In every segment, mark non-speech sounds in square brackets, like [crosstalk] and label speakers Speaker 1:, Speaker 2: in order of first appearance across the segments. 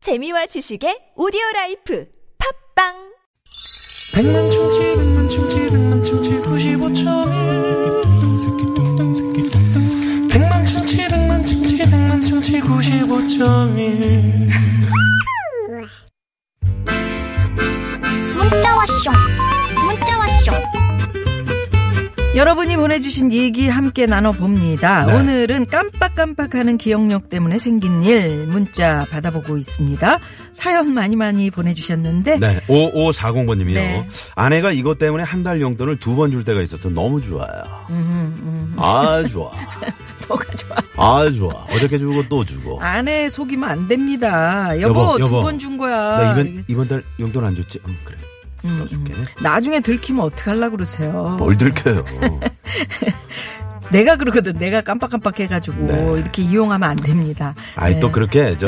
Speaker 1: 재미와 지식의 오디오 라이프 팝빵
Speaker 2: 백만 충치 백만 충치 백만 충치 95.1 백만 충치 백만 충치 백만 충치 95.1
Speaker 3: 문자 왔쇼 문자 왔쇼
Speaker 4: 여러분이 보내주신 얘기 함께 나눠봅니다.
Speaker 5: 네.
Speaker 4: 오늘은 깜빡깜빡하는 기억력 때문에 생긴 일 문자 받아보고 있습니다. 사연 많이 많이 보내주셨는데
Speaker 5: [laughs] 네, 5540번님이요.
Speaker 4: 네.
Speaker 5: 아내가 이것 때문에 한 달 용돈을 두 번 줄 때가 있어서 너무 좋아요.
Speaker 4: 음,
Speaker 5: 아, 좋아.
Speaker 4: 뭐가 좋아?
Speaker 5: 아, 좋아. 어저께 주고 또 주고.
Speaker 4: 아내 속이면 안 됩니다. 여보,
Speaker 5: 여보,
Speaker 4: 두
Speaker 5: 여보.
Speaker 4: 번 준 거야.
Speaker 5: 나 이번, 이번 달 용돈 안 줬지? 응, 그래.
Speaker 4: 음,
Speaker 5: 더 줄게.
Speaker 4: 나중에 들키면 어떡하려고 그러세요? [laughs]
Speaker 5: 뭘 들켜요.
Speaker 4: 내가 그러거든. 내가 깜빡깜빡 해가지고
Speaker 5: 네.
Speaker 4: 이렇게 이용하면 안 됩니다.
Speaker 5: 아이,
Speaker 4: 네.
Speaker 5: 또 그렇게, 저,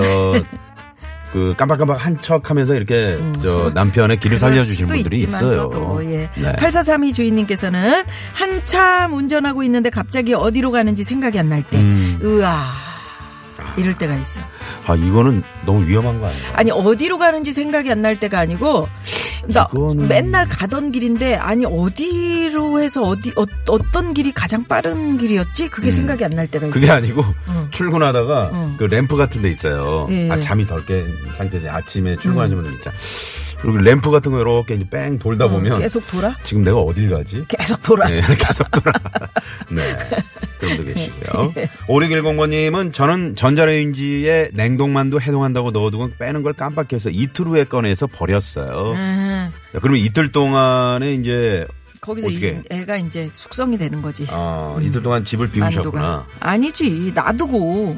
Speaker 5: 그, 깜빡깜빡 한 척 하면서 이렇게, 저,
Speaker 4: 서로
Speaker 5: 남편의 길을
Speaker 4: 음, 그럴
Speaker 5: 살려주신
Speaker 4: 수도
Speaker 5: 분들이 있어요.
Speaker 4: 있지만서도, 예.
Speaker 5: 네.
Speaker 4: 8432 주인님께서는 한참 운전하고 있는데 갑자기 어디로 가는지 생각이 안 날 때,
Speaker 5: 음.
Speaker 4: 으아. 이럴 때가 있어요.
Speaker 5: 아, 이거는 너무 위험한 거 아니에요?
Speaker 4: 아니, 어디로 가는지 생각이 안 날 때가 아니고, 나
Speaker 5: 이거는-
Speaker 4: 맨날 가던 길인데, 아니, 어디로 해서 어디, 어, 떤 길이 가장 빠른 길이었지? 그게 생각이 안 날 때가 있어요.
Speaker 5: 음. 그게 아니고 출근하다가 그 램프 같은 데 있어요.
Speaker 4: 예,
Speaker 5: 아
Speaker 4: 예.
Speaker 5: 잠이 덜 깬 상태에서 아침에 출근하시는 분들 있잖아. 그리고 램프 같은 거 이렇게 이제 뺑 돌다 보면
Speaker 4: 계속 돌아?
Speaker 5: 지금 내가 어딜 가지?
Speaker 4: 계속 돌아.
Speaker 5: 네, [laughs] 계속 돌아. 네.
Speaker 4: [laughs]
Speaker 5: 그런도 계시고요.
Speaker 4: 네.
Speaker 5: 5610번님은 저는 전자레인지에 냉동만두 해동한다고 넣어두고 빼는 걸 깜빡해서 이틀 후에 꺼내서 버렸어요.
Speaker 4: 음,
Speaker 5: 그러면 이틀 동안에 이제
Speaker 4: 거기서
Speaker 5: 어떻게?
Speaker 4: 이 애가 이제 숙성이 되는 거지.
Speaker 5: 어, 이틀 동안 집을 비우셨구나.
Speaker 4: 아니지 놔두고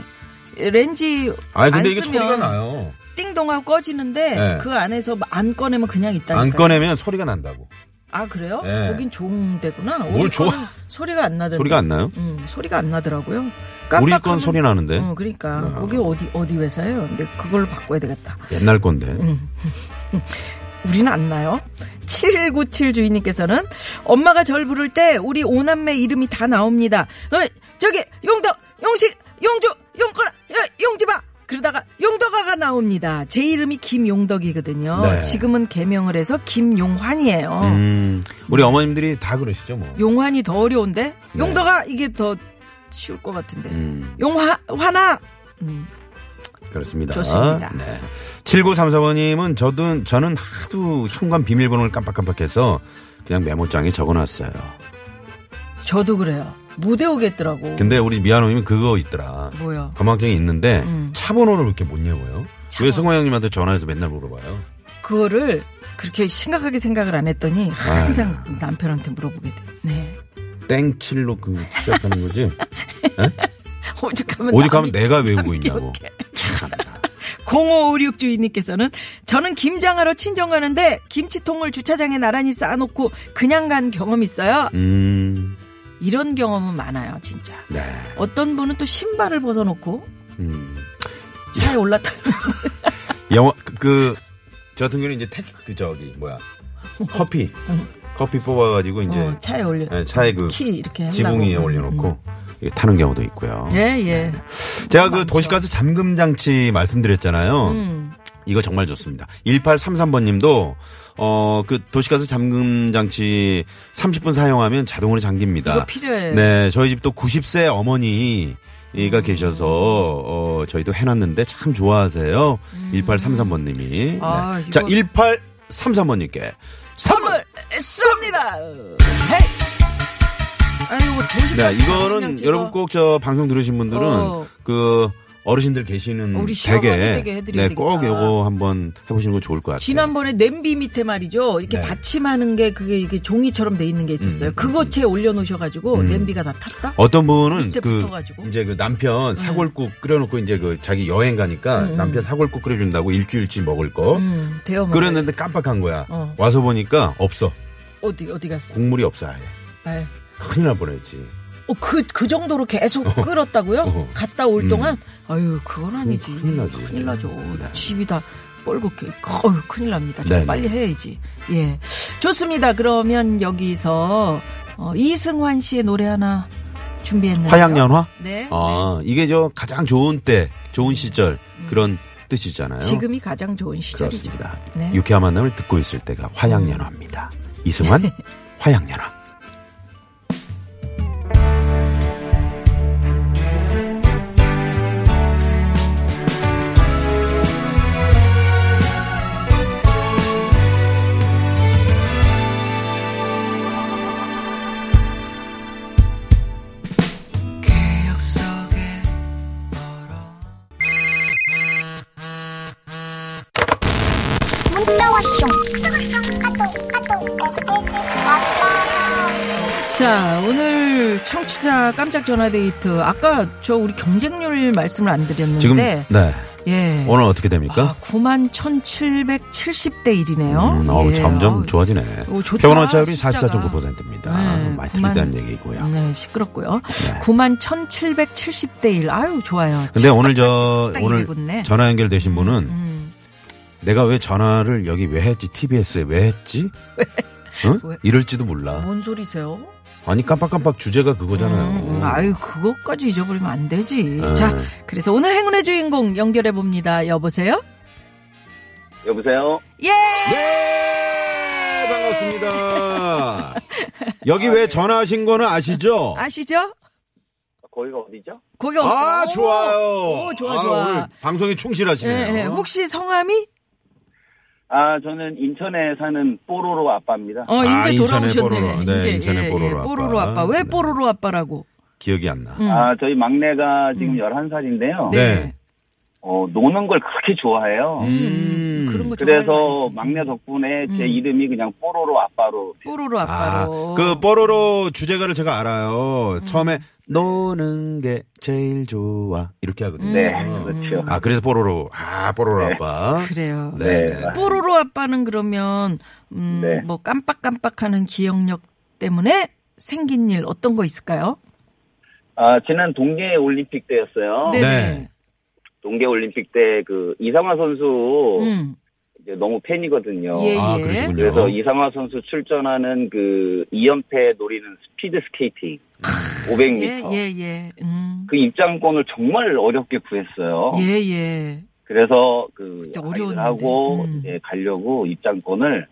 Speaker 4: 렌지
Speaker 5: 아
Speaker 4: 안
Speaker 5: 근데 이게
Speaker 4: 쓰면
Speaker 5: 소리가 나요.
Speaker 4: 띵동하고 꺼지는데
Speaker 5: 네.
Speaker 4: 그 안에서 안 꺼내면 그냥 있다니까.
Speaker 5: 안 꺼내면 소리가 난다고.
Speaker 4: 아 그래요?
Speaker 5: 네.
Speaker 4: 거긴 좋은데구나.
Speaker 5: 뭘
Speaker 4: 우리
Speaker 5: 좋아-
Speaker 4: 거는 소리가 안 나던데.
Speaker 5: 소리가 안 나요?
Speaker 4: 음, 소리가 안 나더라고요.
Speaker 5: 우리
Speaker 4: 깜빡하면-
Speaker 5: 건 소리 나는데
Speaker 4: 어, 그러니까
Speaker 5: 아.
Speaker 4: 거기 어디 어디 회사예요? 근데 그걸 바꿔야 되겠다.
Speaker 5: 옛날 건데
Speaker 4: 음. 우리는 안 나요. 7197 주인님께서는 엄마가 절 부를 때 우리 오남매 이름이 다 나옵니다. 어, 저기 용덕, 용식, 용주, 용거라, 어, 용지마. 그러다가 용덕아가 나옵니다. 제 이름이 김용덕이거든요.
Speaker 5: 네.
Speaker 4: 지금은 개명을 해서 김용환이에요.
Speaker 5: 음, 우리 어머님들이 다 그러시죠 뭐
Speaker 4: 용환이 더 어려운데
Speaker 5: 네.
Speaker 4: 용덕아 이게 더 쉬울 것 같은데.
Speaker 5: 음,
Speaker 4: 용화 환아
Speaker 5: 그렇습니다
Speaker 4: 좋습니다.
Speaker 5: 네. 7934번님은 저도 저는 하도 현관 비밀번호를 깜빡깜빡해서 그냥 메모장에 적어놨어요
Speaker 4: 저도 그래요. 못 외우겠더라고.
Speaker 5: 근데 우리 미아노님은 그거 있더라
Speaker 4: 뭐요?
Speaker 5: 건망증이 있는데
Speaker 4: 음.
Speaker 5: 차 번호를 왜 이렇게 못 외워요?
Speaker 4: 차
Speaker 5: 왜
Speaker 4: 번호.
Speaker 5: 승호 형님한테 전화해서 맨날 물어봐요
Speaker 4: 그거를 그렇게 심각하게 생각을 안
Speaker 5: 아.
Speaker 4: 했더니 항상 남편한테 물어보게 돼. 네. [laughs]
Speaker 5: 땡칠로 그 시작하는 거지
Speaker 4: 오죽하면
Speaker 5: 오죽하면
Speaker 4: 남이-
Speaker 5: 내가 외우고
Speaker 4: 남이
Speaker 5: 있냐고
Speaker 4: 이렇게.
Speaker 5: 참나
Speaker 4: 0556 주인님께서는 저는 김장하러 친정 가는데 김치통을 주차장에 나란히 쌓아놓고 그냥 간 경험 있어요.
Speaker 5: 음,
Speaker 4: 이런 경험은 많아요, 진짜.
Speaker 5: 네
Speaker 4: 어떤 분은 또 신발을 벗어놓고
Speaker 5: 음.
Speaker 4: 차에 올라타.
Speaker 5: 영화 그 저 같은 경우는 이제 택, 그 저기 뭐야 커피 커피 뽑아가지고 이제
Speaker 4: 어, 차에 올려.
Speaker 5: [laughs] 예, 차에 그
Speaker 4: 키 이렇게 하려고. 음.
Speaker 5: 지붕 위에 올려놓고 이게 타는 경우도 있고요.
Speaker 4: 예, 예.
Speaker 5: 제가 그
Speaker 4: 많죠. 음.
Speaker 5: 도시가스 잠금 장치 말씀드렸잖아요. 이거 정말 좋습니다. 1833번님도 어 그 도시가스 잠금 장치 30분 사용하면 자동으로 잠깁니다.
Speaker 4: 이거 필요해요.
Speaker 5: 네, 저희 집도 90세 어머니. 가 계셔서 어 저희도 해놨는데 참 좋아하세요. 1833번님이
Speaker 4: 음.
Speaker 5: 네.
Speaker 4: 아,
Speaker 5: 자
Speaker 4: 이거-
Speaker 5: 1833번님께
Speaker 4: 선물 쏩니다. 헤이. 아이고
Speaker 5: 네
Speaker 4: 도시가스 그냥
Speaker 5: 이거는
Speaker 4: 찍어.
Speaker 5: 여러분 꼭 저 방송 들으신 분들은
Speaker 4: 어.
Speaker 5: 그 어르신들 계시는
Speaker 4: 우리 시어머니 댁에
Speaker 5: 댁에
Speaker 4: 해드려야
Speaker 5: 네꼭
Speaker 4: 되겠다.
Speaker 5: 요거 한번 해보시는 거 좋을 것 같아요.
Speaker 4: 지난번에 냄비 밑에 말이죠. 이렇게
Speaker 5: 네. 음,
Speaker 4: 받침하는 게 그게 이게 종이처럼 돼 있는 게 있었어요. 그거 채 올려놓으셔가지고 냄비가 다 탔다.
Speaker 5: 어떤 분은
Speaker 4: 밑에
Speaker 5: 그
Speaker 4: 붙어가지고. 음.
Speaker 5: 이제 그 남편 사골국 끓여놓고 이제 그 자기 여행 가니까 남편 사골국 끓여준다고 일주일치 먹을 거
Speaker 4: 음, 대여 먹어요.
Speaker 5: 끓였는데 깜빡한 거야.
Speaker 4: 어.
Speaker 5: 와서 보니까 없어.
Speaker 4: 어디 어디 갔어?
Speaker 5: 국물이 없어 아예.
Speaker 4: 아유.
Speaker 5: 큰일 날 뻔했지.
Speaker 4: 어, 그, 그 정도로 계속 끓었다고요?
Speaker 5: 어.
Speaker 4: 갔다 올 동안? 아유, 그건 아니지.
Speaker 5: 큰일 나지.
Speaker 4: 죠
Speaker 5: 네.
Speaker 4: 집이 다 뻘겋게. 어휴, 큰일 납니다. 좀
Speaker 5: 네네.
Speaker 4: 빨리 해야지. 예. 좋습니다. 그러면 여기서, 어, 이승환 씨의 노래 하나 준비했는데.
Speaker 5: 화양연화? 어,
Speaker 4: 네.
Speaker 5: 아, 이게 저 가장 좋은 때, 좋은 시절 그런 뜻이잖아요.
Speaker 4: 음. 지금이 가장 좋은 시절이죠.
Speaker 5: 그렇습니다.
Speaker 4: 네. 음.
Speaker 5: 유쾌한 만남을 듣고 있을 때가 화양연화입니다.
Speaker 4: 네.
Speaker 5: 이승환 화양연화.
Speaker 3: 문자 왔쇼. 까똑 까똑 왔다.
Speaker 4: 자, 오늘 청취자 깜짝 전화 데이트. 아까 저 우리 경쟁률 말씀을 안 드렸는데.
Speaker 5: 지금 네.
Speaker 4: 예.
Speaker 5: 오늘 어떻게 됩니까?
Speaker 4: 아, 9만 1,770대 1이네요. 예.
Speaker 5: 음, 어우, 점점 좋아지네.
Speaker 4: 오, 좋다,
Speaker 5: 표본오차율이
Speaker 4: 숫자가.
Speaker 5: 44.9%입니다.
Speaker 4: 네,
Speaker 5: 많이
Speaker 4: 그만. 아,
Speaker 5: 틀리다는 얘기고요.
Speaker 4: 네, 시끄럽고요.
Speaker 5: 네.
Speaker 4: 9만 1,770대 1. 아유, 좋아요.
Speaker 5: 근데 오늘
Speaker 4: 참
Speaker 5: 저
Speaker 4: 딱
Speaker 5: 오늘
Speaker 4: 일이 붙네.
Speaker 5: 전화 연결되신 분은
Speaker 4: 음.
Speaker 5: 내가 왜 전화를 여기 왜 했지 TBS에 왜 했지? 응?
Speaker 4: 왜?
Speaker 5: 이럴지도 몰라.
Speaker 4: 뭔 소리세요?
Speaker 5: 아니 깜빡깜빡 주제가 아, 그거잖아요.
Speaker 4: 음, 아유, 그것까지 잊어버리면 안 되지.
Speaker 5: 네.
Speaker 4: 자, 그래서 오늘 행운의 주인공 연결해 봅니다. 여보세요?
Speaker 6: 여보세요?
Speaker 4: 예!
Speaker 5: 네 반갑습니다. 여기 왜 전화하신 거는 아시죠?
Speaker 4: 아시죠?
Speaker 6: 거기가 어디죠?
Speaker 4: 고경.
Speaker 5: 아 좋아요.
Speaker 4: 오, 좋아,
Speaker 5: 아,
Speaker 4: 좋아.
Speaker 5: 오늘 방송에
Speaker 4: 예,
Speaker 5: 충실하시네요.
Speaker 4: 예. 혹시 성함이?
Speaker 6: 아, 저는 인천에 사는 뽀로로 아빠입니다.
Speaker 4: 어,
Speaker 5: 아,
Speaker 4: 이제
Speaker 5: 인천의
Speaker 4: 돌아오셨네. 예,
Speaker 5: 뽀로로. 네, 인천의 뽀로로
Speaker 4: 뽀로로 아빠.
Speaker 5: 아빠.
Speaker 4: 왜
Speaker 5: 네.
Speaker 4: 뽀로로 아빠라고?
Speaker 5: 기억이 안 나.
Speaker 4: 음.
Speaker 6: 아, 저희 막내가 지금 11살인데요.
Speaker 5: 네.
Speaker 6: 어, 노는 걸 그렇게 좋아해요.
Speaker 5: 음.
Speaker 4: 그런 거 좋아하는
Speaker 6: 그래서
Speaker 4: 아이지.
Speaker 6: 막내 덕분에 제
Speaker 4: 음.
Speaker 6: 이름이 그냥 뽀로로 아빠로.
Speaker 4: 뽀로로
Speaker 5: 아,
Speaker 4: 아빠로.
Speaker 5: 그 뽀로로 주제가를 제가 알아요. 처음에 노는 게 제일 좋아 이렇게 하거든요.
Speaker 6: 네,
Speaker 4: 음.
Speaker 6: 그렇죠.
Speaker 5: 아 그래서 뽀로로 아 뽀로로
Speaker 6: 네.
Speaker 5: 아빠.
Speaker 4: 그래요.
Speaker 5: 네.
Speaker 6: 네.
Speaker 4: 뽀로로 아빠는 그러면 음,
Speaker 6: 네.
Speaker 4: 뭐 깜빡깜빡하는 기억력 때문에 생긴 일 어떤 거 있을까요?
Speaker 6: 아, 지난 동계 올림픽 때였어요.
Speaker 5: 네.
Speaker 6: 동계 올림픽 때 그 이상화 선수
Speaker 4: 음.
Speaker 6: 이제 너무 팬이거든요.
Speaker 4: 예.
Speaker 5: 아 그러시군요.
Speaker 6: 그래서 이상화 선수 출전하는 그 2연패 노리는 스피드 스케이팅 500m.
Speaker 4: 예, 예, 예. 음.
Speaker 6: 그 입장권을 정말 어렵게 구했어요.
Speaker 4: 예, 예.
Speaker 6: 그래서 그
Speaker 4: 그때 어려웠는데.
Speaker 6: 하고
Speaker 4: 음.
Speaker 6: 이제 가려고 입장권을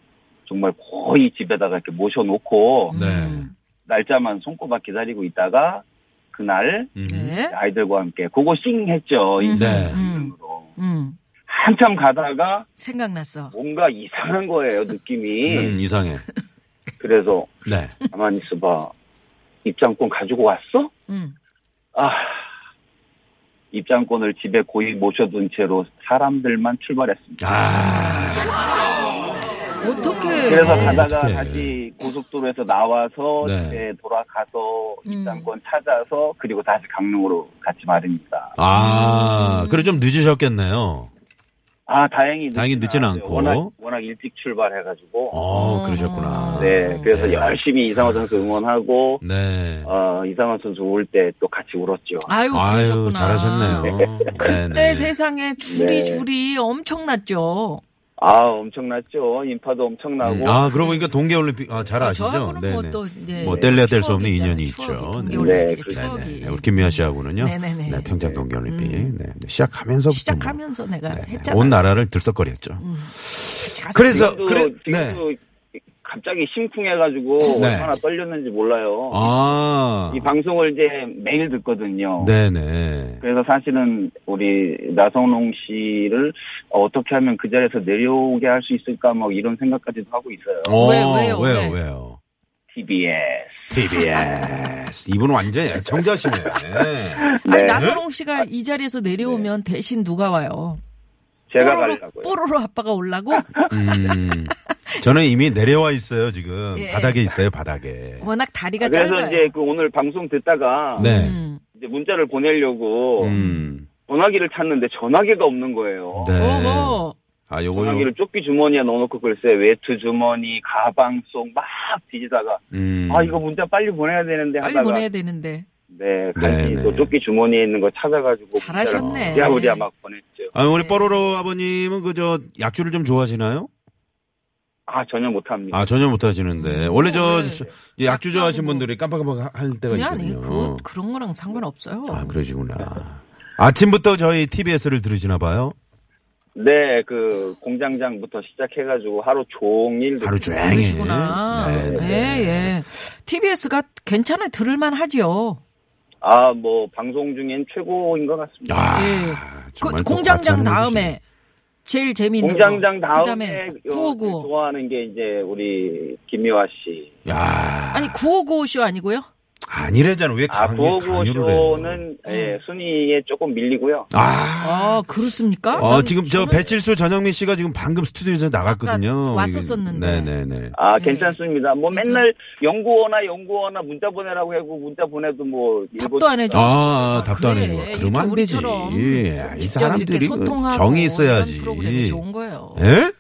Speaker 6: 정말 거의 집에다가 이렇게 모셔놓고
Speaker 5: 네.
Speaker 4: 음.
Speaker 6: 날짜만 손꼽아 기다리고 있다가 그날
Speaker 5: 음.
Speaker 4: 네.
Speaker 6: 아이들과 함께 고고싱 했죠.
Speaker 4: 음,
Speaker 5: 네.
Speaker 4: 음,
Speaker 6: 인생으로.
Speaker 4: 음.
Speaker 6: 한참 가다가
Speaker 4: 생각났어.
Speaker 6: 뭔가 이상한 거예요 느낌이.
Speaker 5: 음, 이상해.
Speaker 6: 그래서
Speaker 5: 네.
Speaker 6: 가만히 있어봐. 입장권 가지고 왔어?
Speaker 4: 음.
Speaker 6: 아, 입장권을 집에 고이 모셔둔 채로 사람들만 출발했습니다.
Speaker 5: 아
Speaker 4: 어떻게?
Speaker 6: 그래서
Speaker 5: 네,
Speaker 6: 가다가
Speaker 5: 어떡해.
Speaker 6: 다시 고속도로에서 나와서
Speaker 5: 네.
Speaker 6: 집에 돌아가서
Speaker 4: 음.
Speaker 6: 입장권 찾아서 그리고 다시 강릉으로 같이 말입니다.
Speaker 5: 아 그래 좀 늦으셨겠네요.
Speaker 6: 아 다행히
Speaker 5: 다행히 늦진
Speaker 6: 않았어요.
Speaker 5: 않고.
Speaker 6: 워낙, 워낙 일찍 출발해가지고
Speaker 5: 어 그러셨구나.
Speaker 6: 네 그래서
Speaker 5: 네.
Speaker 6: 열심히 이상화 선수 응원하고
Speaker 5: 네.
Speaker 6: 어, 이상화 선수 올 때 또 같이 울었죠.
Speaker 4: 아유,
Speaker 5: 아유
Speaker 4: 그러셨구나.
Speaker 5: 잘하셨네요.
Speaker 4: 그때
Speaker 5: 네, 네.
Speaker 4: 세상에 줄이
Speaker 6: 네.
Speaker 4: 줄이 엄청났죠.
Speaker 6: 아 엄청났죠. 인파도 엄청나고
Speaker 5: 음, 아 그러고 보니까 동계올림픽 아, 잘
Speaker 4: 어,
Speaker 5: 아시죠?
Speaker 4: 저하고는
Speaker 5: 네,
Speaker 4: 뭐
Speaker 5: 네.
Speaker 4: 또 이제
Speaker 5: 뭐 뗄래야 뗄 수 없는
Speaker 4: 추억이
Speaker 5: 인연이
Speaker 4: 있잖아요.
Speaker 5: 있죠.
Speaker 4: 추억이,
Speaker 5: 네.
Speaker 4: 동계올림픽의
Speaker 6: 네,
Speaker 4: 추억이.
Speaker 5: 네, 우리 김미아 씨하고는요.
Speaker 4: 네네네.
Speaker 5: 네, 평창 동계올림픽.
Speaker 4: 음.
Speaker 5: 네, 네, 시작하면서부터
Speaker 4: 시작하면서 내가 음.
Speaker 5: 뭐, 네, 네.
Speaker 4: 했잖아.
Speaker 5: 온 나라를 들썩거렸죠.
Speaker 4: 같이 갔을
Speaker 5: 그래서
Speaker 6: 지금도,
Speaker 5: 그래 네.
Speaker 6: 지금도 갑자기 심쿵해가지고
Speaker 5: 네.
Speaker 6: 얼마나 떨렸는지 몰라요.
Speaker 5: 아.
Speaker 6: 어. 이 방송을 이제 매일 듣거든요.
Speaker 5: 네, 네.
Speaker 6: 그래서 사실은 우리 나성롱 씨를 어떻게 하면 그 자리에서 내려오게 할 수 있을까 뭐 이런 생각까지도 하고 있어요.
Speaker 5: 어,
Speaker 4: 왜, 왜요,
Speaker 5: 왜요,
Speaker 4: 왜?
Speaker 5: 왜요?
Speaker 6: TBS.
Speaker 5: TBS. 이분 완전 애청자시네.
Speaker 4: 때. 아니,
Speaker 6: 네.
Speaker 4: 나선홍 씨가 이 자리에서 내려오면 대신 누가 와요?
Speaker 6: 제가
Speaker 4: 뽀로로,
Speaker 6: 가려고요.
Speaker 4: 뽀로로 아빠가 올라고
Speaker 5: 음. 저는 이미 내려와 있어요, 지금.
Speaker 4: 예.
Speaker 5: 바닥에 있어요, 바닥에.
Speaker 4: 워낙 다리가
Speaker 6: 그래서
Speaker 4: 짧아요.
Speaker 6: 이제 그 오늘 방송 듣다가
Speaker 5: 네.
Speaker 4: 음.
Speaker 6: 이제 문자를
Speaker 4: 어.
Speaker 6: 보내려고
Speaker 5: 음.
Speaker 6: 전화기를 찾는데 전화기가 없는 거예요.
Speaker 5: 네.
Speaker 4: 어허.
Speaker 5: 아, 요거, 요
Speaker 6: 전화기를 조끼 주머니에 넣어놓고 글쎄 외투 주머니, 가방 속 막 뒤지다가
Speaker 5: 음.
Speaker 6: 아 이거 문자 빨리 보내야 되는데
Speaker 4: 빨리
Speaker 6: 하다가
Speaker 4: 보내야 되는데.
Speaker 6: 네,
Speaker 5: 네,
Speaker 6: 간신히
Speaker 5: 네.
Speaker 6: 또 조끼 주머니에 있는 거 찾아가지고
Speaker 4: 잘하셨네.
Speaker 6: 야우리야막 보냈죠.
Speaker 5: 아,
Speaker 4: 네.
Speaker 5: 우리 뽀로로 아버님은 그저 약주를 좀 좋아하시나요?
Speaker 6: 아 전혀 못합니다.
Speaker 5: 아, 전혀 못 하시는데. 원래 저
Speaker 4: 네.
Speaker 5: 이 약주 좋아하신
Speaker 4: 약주하고
Speaker 5: 분들이 깜빡깜빡 할 때가
Speaker 4: 그냥 아니,
Speaker 5: 있거든요. 네.
Speaker 4: 그, 그런 거랑 상관없어요.
Speaker 5: 아, 그러시구나. 아침부터 저희 TBS를 들으시나 봐요.
Speaker 6: 네, 그 공장장부터 시작해가지고 하루 종일
Speaker 5: 하루 종일.
Speaker 4: 그러시구나.
Speaker 5: 네,
Speaker 4: 네, 예. TBS가 괜찮아 들을만 하지요.
Speaker 6: 아 뭐 방송 중엔 최고인 것 같습니다.
Speaker 5: 아,
Speaker 4: 예. 그
Speaker 5: 정말 또
Speaker 4: 공장장
Speaker 5: 과찬을
Speaker 4: 다음에 제일 재미있는
Speaker 6: 공장장
Speaker 4: 거. 그다음에
Speaker 6: 다음에 요-
Speaker 4: 959.
Speaker 6: 좋아하는 게 이제 우리 김미화 씨.
Speaker 5: 해주시- 야,
Speaker 4: 아니 955쇼 아니고요?
Speaker 5: 아니래잖아. 왜
Speaker 6: 아,
Speaker 5: 강요, 강요를 해요?
Speaker 6: 구호구호쇼는 예, 순위에 조금 밀리고요.
Speaker 5: 아,
Speaker 4: 아 그렇습니까?
Speaker 5: 어,
Speaker 4: 난
Speaker 5: 지금 저
Speaker 4: 저는-
Speaker 5: 배칠수 전영민 씨가 지금 방금 스튜디오에서 나갔거든요.
Speaker 4: 그러니까 왔었었는데.
Speaker 5: 네네네.
Speaker 6: 아,
Speaker 4: 네.
Speaker 6: 괜찮습니다. 뭐
Speaker 4: 괜찮-
Speaker 6: 맨날 연구원아 연구원아 문자 보내라고 하고 문자 보내도 뭐 일곱-
Speaker 4: 답도 안 해줘.
Speaker 5: 아, 답도 안
Speaker 4: 그래.
Speaker 5: 해주고.
Speaker 4: 이렇게
Speaker 5: 그러면 안 되지.
Speaker 4: 우리처럼
Speaker 5: 예, 이
Speaker 4: 직접 이렇게
Speaker 5: 사람들이 그
Speaker 4: 소통하고
Speaker 5: 정이
Speaker 4: 이런
Speaker 5: 있어야지.
Speaker 4: 프로그램이 좋은 거예요.
Speaker 5: 예?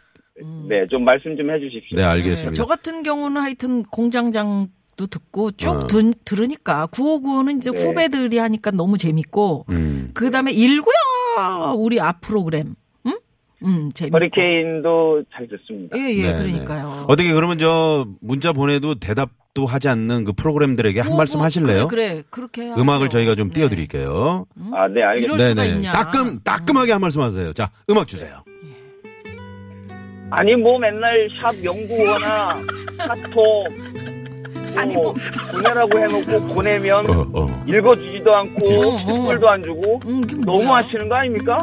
Speaker 6: 네, 좀 말씀 좀 해주십시오.
Speaker 5: 네, 알겠습니다.
Speaker 4: 네, 저 같은 경우는 하여튼 공장장도 듣고 쭉
Speaker 5: 어.
Speaker 4: 든- 들으니까 959는 이제
Speaker 6: 네.
Speaker 4: 후배들이 하니까 너무 재밌고
Speaker 5: 음.
Speaker 4: 그다음에 일구야 우리 앞 프로그램 응? 음 재밌고
Speaker 6: 허리케인도 잘 듣습니다.
Speaker 4: 예예
Speaker 5: 네, 네.
Speaker 4: 그러니까요.
Speaker 5: 어떻게 그러면 저 문자 보내도 대답도 하지 않는 그 프로그램들에게 한
Speaker 4: 959,
Speaker 5: 말씀 하실래요?
Speaker 4: 뭐, 그래, 그래 그렇게 해요. 네.
Speaker 5: 음악을 저희가 좀 띄워드릴게요.
Speaker 6: 아, 네, 알겠습니다.
Speaker 4: 이럴 수가 있냐?
Speaker 5: 따끔, 따끔하게 한 말씀 하세요. 자, 음악 주세요.
Speaker 6: 아니 뭐 맨날 샵 연구원아 카톡 아니 뭐 보내라고 해놓고 보내면
Speaker 5: 어, 어.
Speaker 6: 읽어주지도 않고
Speaker 4: 어, 어.
Speaker 6: 댓글도 안 주고
Speaker 4: 음, 이게 뭐야?
Speaker 6: 너무 하시는 거 아닙니까?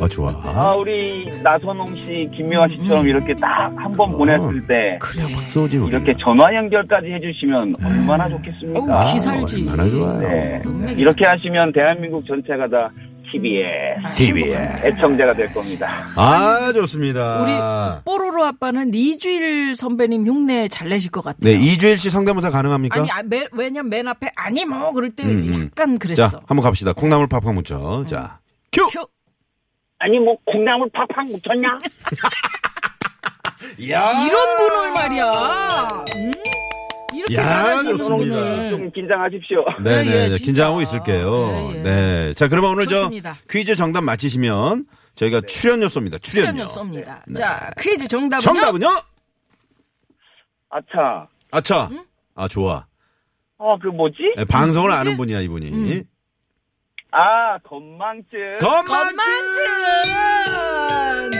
Speaker 5: 아, 좋아.
Speaker 6: 아
Speaker 4: 어.
Speaker 6: 우리 나선홍 씨,
Speaker 4: 음,
Speaker 6: 김미화 씨처럼 이렇게 딱 한 번
Speaker 5: 어,
Speaker 6: 보냈을 때
Speaker 5: 그래, 막 쏘지, 우리.
Speaker 6: 이렇게 전화 연결까지 해주시면
Speaker 5: 네.
Speaker 6: 얼마나 좋겠습니까?
Speaker 5: 아,
Speaker 4: 어우, 기살지.
Speaker 5: 얼마나 좋아요.
Speaker 6: 네.
Speaker 4: 음악이
Speaker 6: 이렇게 하시면 대한민국 전체가 다 TV에
Speaker 5: TV에.
Speaker 6: 애청자가 될 겁니다.
Speaker 5: 아, 좋습니다.
Speaker 4: 우리 뽀로로 아빠는 이주일 선배님 흉내 잘 내실 것 같아요.
Speaker 5: 네, 이주일 씨 성대모사 가능합니까?
Speaker 4: 아니, 아, 맨- 왜냐면 맨 앞에 아니 뭐 그럴 때
Speaker 5: 음, 음.
Speaker 4: 약간
Speaker 5: 자,
Speaker 4: 그랬어. 음.
Speaker 5: 한번 갑시다. 콩나물 팝팝 묻혀. 자, 큐!
Speaker 4: 큐.
Speaker 6: 아니 뭐 콩나물 팍팍 묻혔냐?
Speaker 5: 야!
Speaker 4: 이런 분을 말이야. 음? 이렇게
Speaker 5: 야,
Speaker 4: 잘하시는
Speaker 5: 좋습니다.
Speaker 4: 분을.
Speaker 6: 좀 긴장하십시오.
Speaker 5: 네네.
Speaker 4: 예, 예, 진짜.
Speaker 5: 긴장하고 있을게요.
Speaker 4: 예, 예.
Speaker 5: 네. 자, 그러면 오늘
Speaker 4: 좋습니다. 네.
Speaker 5: 저 퀴즈 정답 맞히시면 저희가 출연료 쏩니다. 출연료.
Speaker 4: 출연료 쏩니다. 자, 퀴즈 정답은요?
Speaker 5: 네. 정답은요?
Speaker 6: 아차.
Speaker 5: 아차. 아, 좋아.
Speaker 6: 아, 그 뭐지?
Speaker 5: 네, 방송을
Speaker 4: 음,
Speaker 5: 아는 분이야, 이분이.
Speaker 6: 아, 건망증.
Speaker 5: 건만
Speaker 4: 건만증!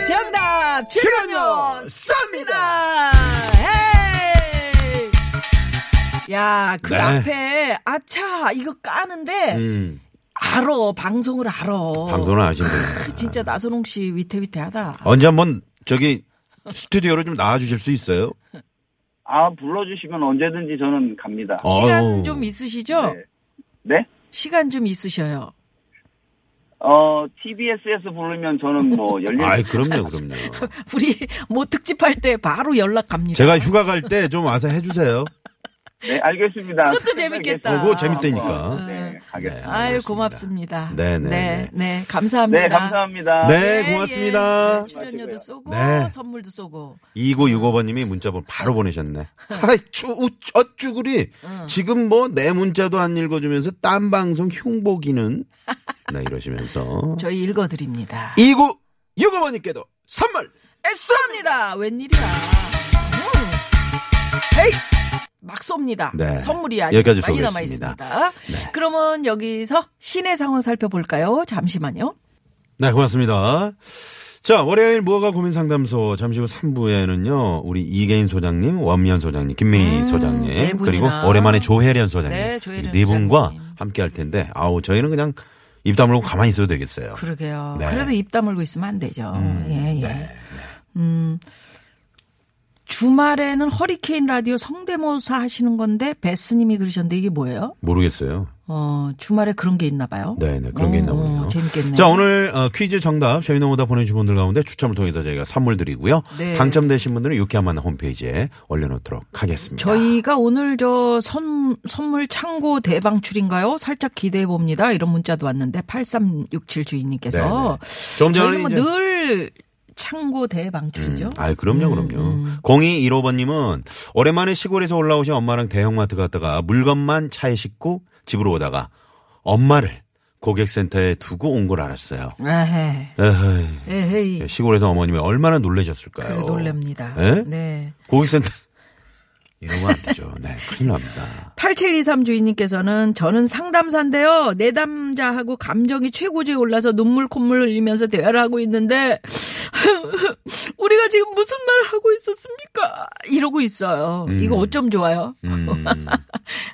Speaker 4: 정답! 아, 출연료
Speaker 5: 출연료
Speaker 4: 쏩니다! 헤이! 야, 그
Speaker 5: 네.
Speaker 4: 앞에, 아차, 이거 까는데,
Speaker 5: 음,
Speaker 4: 알어, 방송을 알어.
Speaker 5: 방송을 아시는
Speaker 4: 그
Speaker 5: 분.
Speaker 4: 진짜 나선홍 씨 위태위태하다.
Speaker 5: 언제 한번 저기 스튜디오로 좀 나와 주실 수 있어요?
Speaker 6: 아, 불러주시면 언제든지 저는 갑니다.
Speaker 4: 시간
Speaker 5: 어우.
Speaker 4: 좀 있으시죠?
Speaker 6: 네. 네?
Speaker 4: 시간 좀 있으셔요.
Speaker 6: 어, TBS에서 부르면 저는 뭐
Speaker 5: [laughs]
Speaker 6: 열린.
Speaker 5: 아이, 그럼요, 그럼요.
Speaker 4: [laughs] 우리 뭐 특집할 때 바로 연락 갑니다.
Speaker 5: 제가 휴가 갈 때 좀 와서 해주세요.
Speaker 6: 네, 알겠습니다.
Speaker 4: 그것도 재밌겠다.
Speaker 5: 어, 그거 재밌다니까.
Speaker 6: 한번, 네, 가겠습니다.
Speaker 4: 아유 고맙습니다.
Speaker 5: 네네네.
Speaker 4: 네, 네, 감사합니다.
Speaker 6: 네, 감사합니다.
Speaker 5: 네,
Speaker 4: 예,
Speaker 5: 고맙습니다.
Speaker 4: 예. 출연료도 쏘고
Speaker 5: 네.
Speaker 4: 선물도 쏘고.
Speaker 5: 2965번님이 문자 번 바로 보내셨네. 하이, 추, 우, 어쭈구리. 지금 뭐 내 문자도 안 읽어주면서 딴 방송 흉보기는. 네, 이러시면서.
Speaker 4: 저희 읽어드립니다.
Speaker 5: 2965번님께도 선물!
Speaker 4: 쏩니다. 웬일이야? 음. 에이 막 쏩니다.
Speaker 5: 네.
Speaker 4: 선물이 아직
Speaker 5: 여기까지
Speaker 4: 많이
Speaker 5: 쏘겠습니다. 네.
Speaker 4: 남아 있습니다. 그러면 여기서 시내 상황 살펴볼까요? 잠시만요.
Speaker 5: 네, 고맙습니다. 자, 월요일 무허가 고민 상담소 잠시 후 3부에는요. 우리 이계인 소장님, 원미연 소장님, 김민희 소장님,
Speaker 4: 네
Speaker 5: 그리고
Speaker 4: 분이나.
Speaker 5: 오랜만에 조혜련 소장님.
Speaker 4: 네, 조혜련
Speaker 5: 이네 분과
Speaker 4: 소장님.
Speaker 5: 함께 할 텐데 아우, 저희는 그냥 입 다물고 가만히 있어도 되겠어요.
Speaker 4: 그러게요.
Speaker 5: 네.
Speaker 4: 그래도 입 다물고 있으면 안 되죠. 예, 예. 음. 주말에는 허리케인 라디오 성대모사 하시는 건데 베스님이 그러셨는데 이게 뭐예요?
Speaker 5: 모르겠어요.
Speaker 4: 어 주말에 그런 게 있나 봐요.
Speaker 5: 네네 그런 게 있나
Speaker 4: 어,
Speaker 5: 보네요.
Speaker 4: 재밌겠네요.
Speaker 5: 자 오늘 어, 퀴즈 정답 재미노보다 보내주신 분들 가운데 추첨을 통해서 저희가 선물 드리고요.
Speaker 4: 네.
Speaker 5: 당첨되신 분들은 유쾌한 만남 홈페이지에 올려놓도록 하겠습니다.
Speaker 4: 저희가 오늘 저 선, 선물 창고 대방출인가요? 살짝 기대해 봅니다. 이런 문자도 왔는데 8367 주인님께서
Speaker 5: 좀 전에
Speaker 4: 저희는 뭐
Speaker 5: 네, 이제-
Speaker 4: 늘 창고 대방출이죠. 음,
Speaker 5: 아, 그럼요, 그럼요. 0215번님은 오랜만에 시골에서 올라오신 엄마랑 대형마트 갔다가 물건만 차에 싣고 집으로 오다가 엄마를 고객센터에 두고 온 걸 알았어요.
Speaker 4: 에헤이,
Speaker 5: 에헤이.
Speaker 4: 에헤이.
Speaker 5: 시골에서 예, 어머님이 얼마나
Speaker 4: 네. 그
Speaker 5: 놀라셨을까요?
Speaker 4: 놀랍니다.
Speaker 5: 예?
Speaker 4: 네.
Speaker 5: 고객센터. 이러면 안 되죠. 네, 큰일 납니다.
Speaker 4: 8723 주인님께서는 저는 상담사인데요. 내담자하고 감정이 최고조에 올라서 눈물 콧물 흘리면서 대화를 하고 있는데 [laughs] 우리가 지금 무슨 말을 하고 있었습니까? 이러고 있어요. 이거 어쩜 좋아요?
Speaker 5: 음,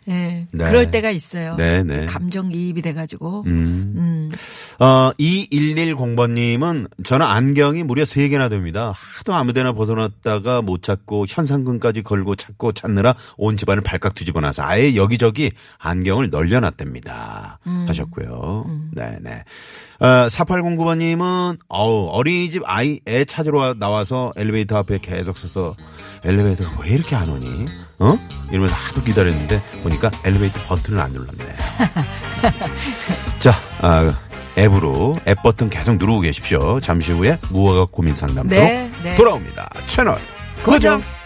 Speaker 4: 예.
Speaker 5: 네.
Speaker 4: 그럴 때가 있어요.
Speaker 5: 네, 네.
Speaker 4: 감정 이입이 돼 가지고
Speaker 5: 음.
Speaker 4: 음.
Speaker 5: 어, 2110번님은 저는 안경이 무려 3개나 됩니다. 하도 아무데나 벗어놨다가 못 찾고 현상금까지 걸고 찾고 찾느라 온 집안을 발칵 뒤집어 놔서 아예 여기저기 안경을 널려놨답니다. 하셨고요. 네네. 어, 4809번님은 어우, 어린이집 아이 애 찾으러 와- 나와서 엘리베이터 앞에 계속 서서 엘리베이터가 왜 이렇게 안 오니? 어? 이러면서 하도 기다렸는데 보니까 엘리베이터 버튼을 안 눌렀네. 자, 아, 앱으로 앱 버튼 계속 누르고 계십시오. 잠시 후에 무허가 고민 상담소
Speaker 4: 네, 네.
Speaker 5: 돌아옵니다. 채널
Speaker 4: 고정.
Speaker 5: 고정.